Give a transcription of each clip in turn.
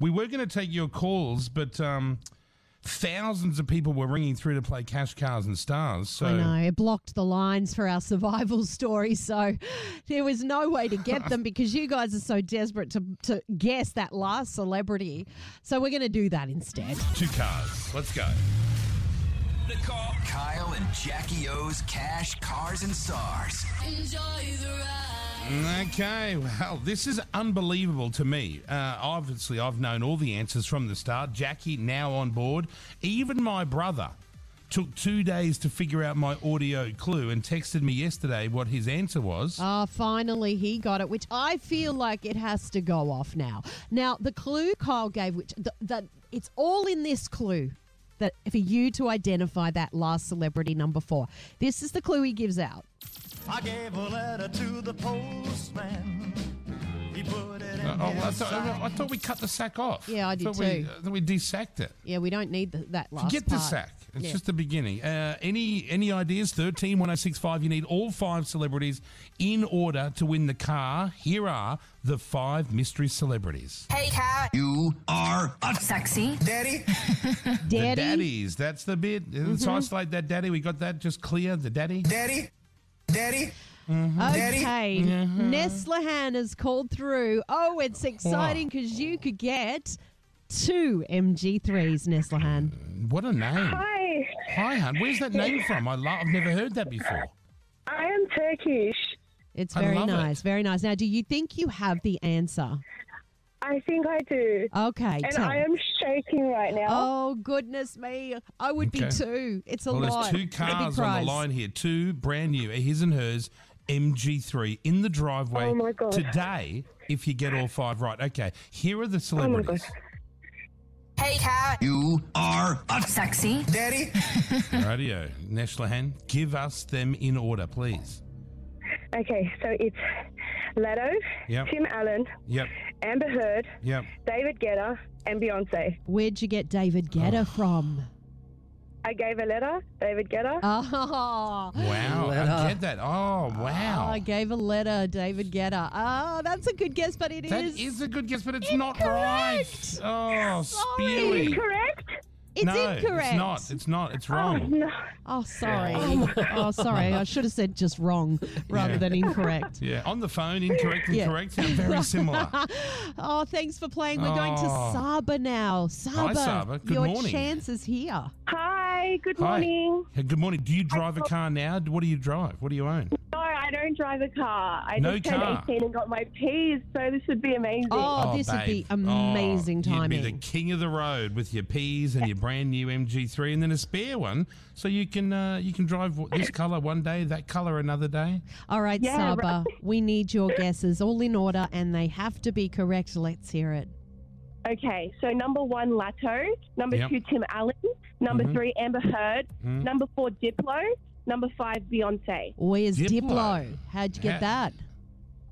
We were going to take your calls, but um, thousands of people were ringing through to play Cash Cars and Stars. So I know it blocked the lines for our survival story, so there was no way to get them because you guys are so desperate to, to guess that last celebrity. So we're going to do that instead. two cars. Let's go. Nicole. Kyle and Jackie O's Cash, Cars, and Stars. Okay, well, this is unbelievable to me. Uh, obviously, I've known all the answers from the start. Jackie now on board. Even my brother took two days to figure out my audio clue and texted me yesterday what his answer was. Ah, finally he got it, which I feel like it has to go off now. Now the clue Kyle gave, which th- that it's all in this clue. That for you to identify that last celebrity number four. This is the clue he gives out. I gave a letter to the postman. He put it in Uh, oh, I, his thought, sack. I thought we cut the sack off. Yeah, I did thought we- too. I thought we desacked it. Yeah, we don't need the, that last. Get the part. sack. It's Yeah. just the beginning. Uh, any any ideas? 13 1065. You need all five celebrities in order to win the car. Here are the five mystery celebrities. Hey, cat. You are a Sexy. daddy. The daddy. daddies. That's the bit. Mm-hmm. Let's isolate that daddy. We got that. Just clear the daddy. Daddy. Daddy. Okay, Mm-hmm. Nestlehan has called through. Oh, it's exciting because you could get two MG3s, Nestlehan. What a name. Hi, Hi, hun. Where's that name from? I love. I've never heard that before. I am Turkish. It's I very love it. nice, very nice. Now, do you think you have the answer? I think I do. Okay, and Oh, tell I me. am shaking right now. Oh goodness me! I would Okay. be too. It's a Well, lot. there's two It's a big cars on prize. the line here. Two brand new, a his and hers MG3 in the driveway Oh, my God. today. If you get all five right, okay. Here Oh are the celebrities. Hey, cat. You are a Sexy. daddy. Radio Neshlahan, give us them in order, please. Okay, so it's Leto, Yep. Tim Allen, Yep, Amber Heard, yep. David Guetta, and Beyonce. Where'd you get David Guetta Oh. from? I gave a letter, David Guetta. Oh. Wow, I get that. Oh, wow. I gave a letter, David Guetta. Ah, that's a good guess, but it is. that is a good guess, but it's not right. Oh, Is spewing. it correct? It's no, incorrect. it's not. It's not. It's Oh, wrong. no. Oh, sorry. oh, sorry. I should have said just wrong rather Yeah. than incorrect. Yeah, on the phone, incorrect, incorrect. Sound very similar. Oh, thanks for playing. We're going to Oh. Saba now. Saba, Saba. Good your morning. Oh, chance is here. Hi, good Hi. morning. Hey, Good morning. Do you drive a car now? What do you drive? What do you own? No, I don't drive a car. I No just turned car. 18 and got my P's, so this would be amazing. Oh, this would be babe. amazing oh, timing. You'd be the king of the road with your P's and your brand new MG3, and then a spare one, so you can uh, you can drive w- this color one day, that color another day. All right, Yeah, Saba, we need your guesses all in order and they have to be correct. Let's hear it. Okay, so number one, Lato. Number Yep. two, Tim Allen. Number Mhm. three, Amber Heard. Mm. Number four, Diplo. Number five, Beyonce. Where's Diplo. Diplo? How'd you get Ha- that?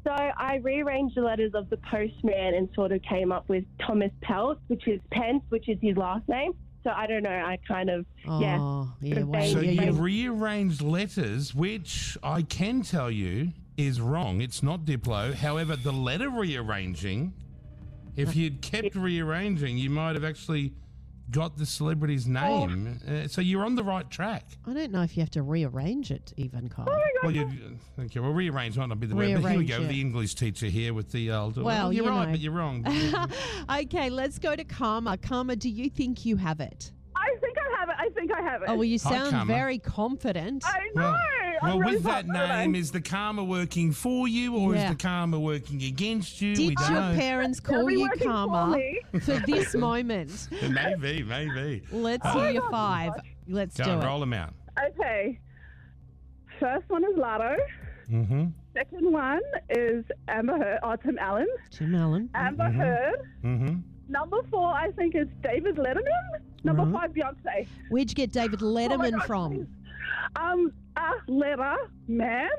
So I rearranged the letters of the postman and sort of came up with Thomas Pelt, which is Pence, which is his last name. So I don't know. I kind of Yeah. Oh, yeah, So wow. So yeah, you yeah. rearranged letters, which I can tell you is wrong. It's not Diplo. However, the letter rearranging, if you'd kept rearranging, you might have actually got the celebrity's Oh. name. Uh, so you're on the right track. I don't know if you have to rearrange it even, Oh Kyle. Well, you, okay, well, rearrange might not be the word, but here we Rearrange, go. yeah. The English teacher here with the old. Well, you're you right, know. but you're wrong. okay, let's go to Karma. Karma, do you think you have it? I think I have it. I think I have it. Oh, well, you Hi, sound Karma. very confident. I know. well, I'm well, really with that confident. name, is the karma working for you or Yeah. is the karma working against you? Did we don't your know. parents They'll call be you working for Karma me. for, this moment? maybe, maybe. Let's Oh hear my your five. Let's Go do on, it. roll them out. Okay. First one is Lato. Mm-hmm. Second one is Amber Heard. Oh, Tim Allen. Jim Allen. Amber Heard. Mm-hmm. Number four, I think, is David Letterman. Number Mm-hmm. Right. five, Beyonce. Where'd you get David Oh Letterman God, from? Um, a letter, man.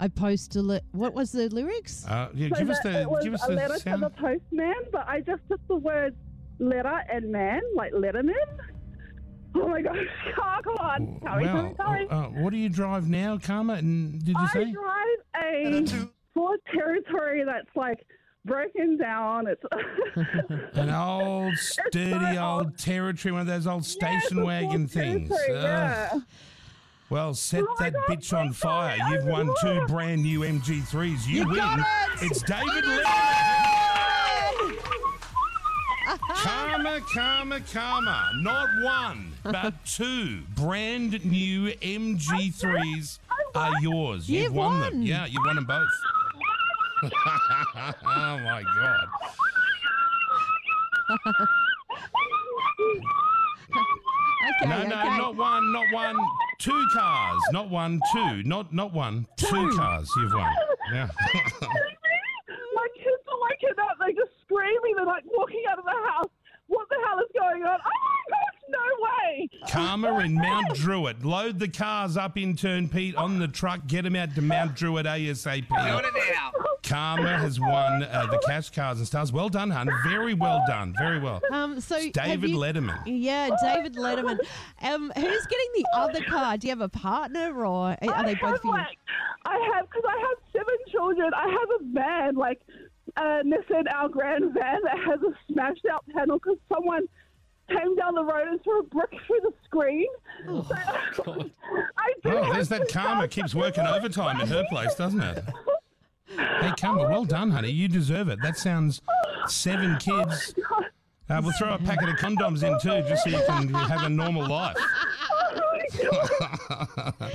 I posted. Li- what was the lyrics? Uh, yeah, give us it the was give us a letter the to the sound. postman, but I just took the words letter and man, like Letterman. Oh my gosh, oh, come on, sorry, Wow. sorry, sorry. Uh, what do you drive now, Karma? And did you I say? drive a Two Ford Territory that's like broken down. It's An old, sturdy old territory, one of those old station Yes, wagon it's all things. territory, Ugh. yeah. Well, set Oh my that God, bitch on please fire. don't. You've I won two will. brand new MG3s. You, win. It's David Lee. Karma, karma, karma. Not one, but two brand new MG3s are yours. You've, You've won, won. them. Yeah, you've won them both. oh my God. Okay, No, okay. no, not one, not one. Two cars. Not one, two. Not not one. Two cars you've won. Yeah. my kids are like it up. They're just screaming. They're like walking out of the house. What the hell is going on? Oh my gosh, no way! Karma in Mount Druitt. Load the cars up in turn, Pete, on the truck. Get them out to Mount Druitt ASAP. Doing it now. Karma has won uh, the cash cars and stars. Well done, hun. Very well done. Very well. Um, so It's have David you- Letterman. Oh Yeah, David Letterman. Um, who's getting the other car? Do you have a partner or are I they have both for you? like, I have because I have seven children. I have a van, like a Nissan, our grand van that has a smashed out panel because someone came down the road and threw a brick through the screen. Oh, God. I do Oh, have there's that two Karma cars. keeps working overtime at her place, doesn't it? Hey, Karma, well done, honey. You deserve it. That sounds seven kids. Uh, we'll throw a packet of condoms in too, just so you can have a normal life. I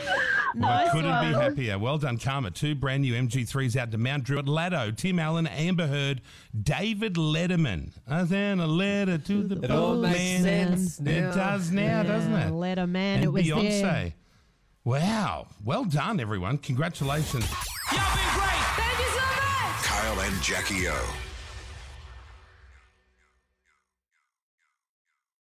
Nice couldn't one. be happier. Well done, Karma. Two brand new MG3s out to Mount Druitt. Lado, Tim Allen, Amber Heard, David Letterman. I sent a letter to the It all makes postman. sense It does now, doesn't it? Letterman. and it was Beyonce. there. Wow. Well done, everyone. Congratulations. Y'all been great. Thank you so much. Kyle and Jackie O.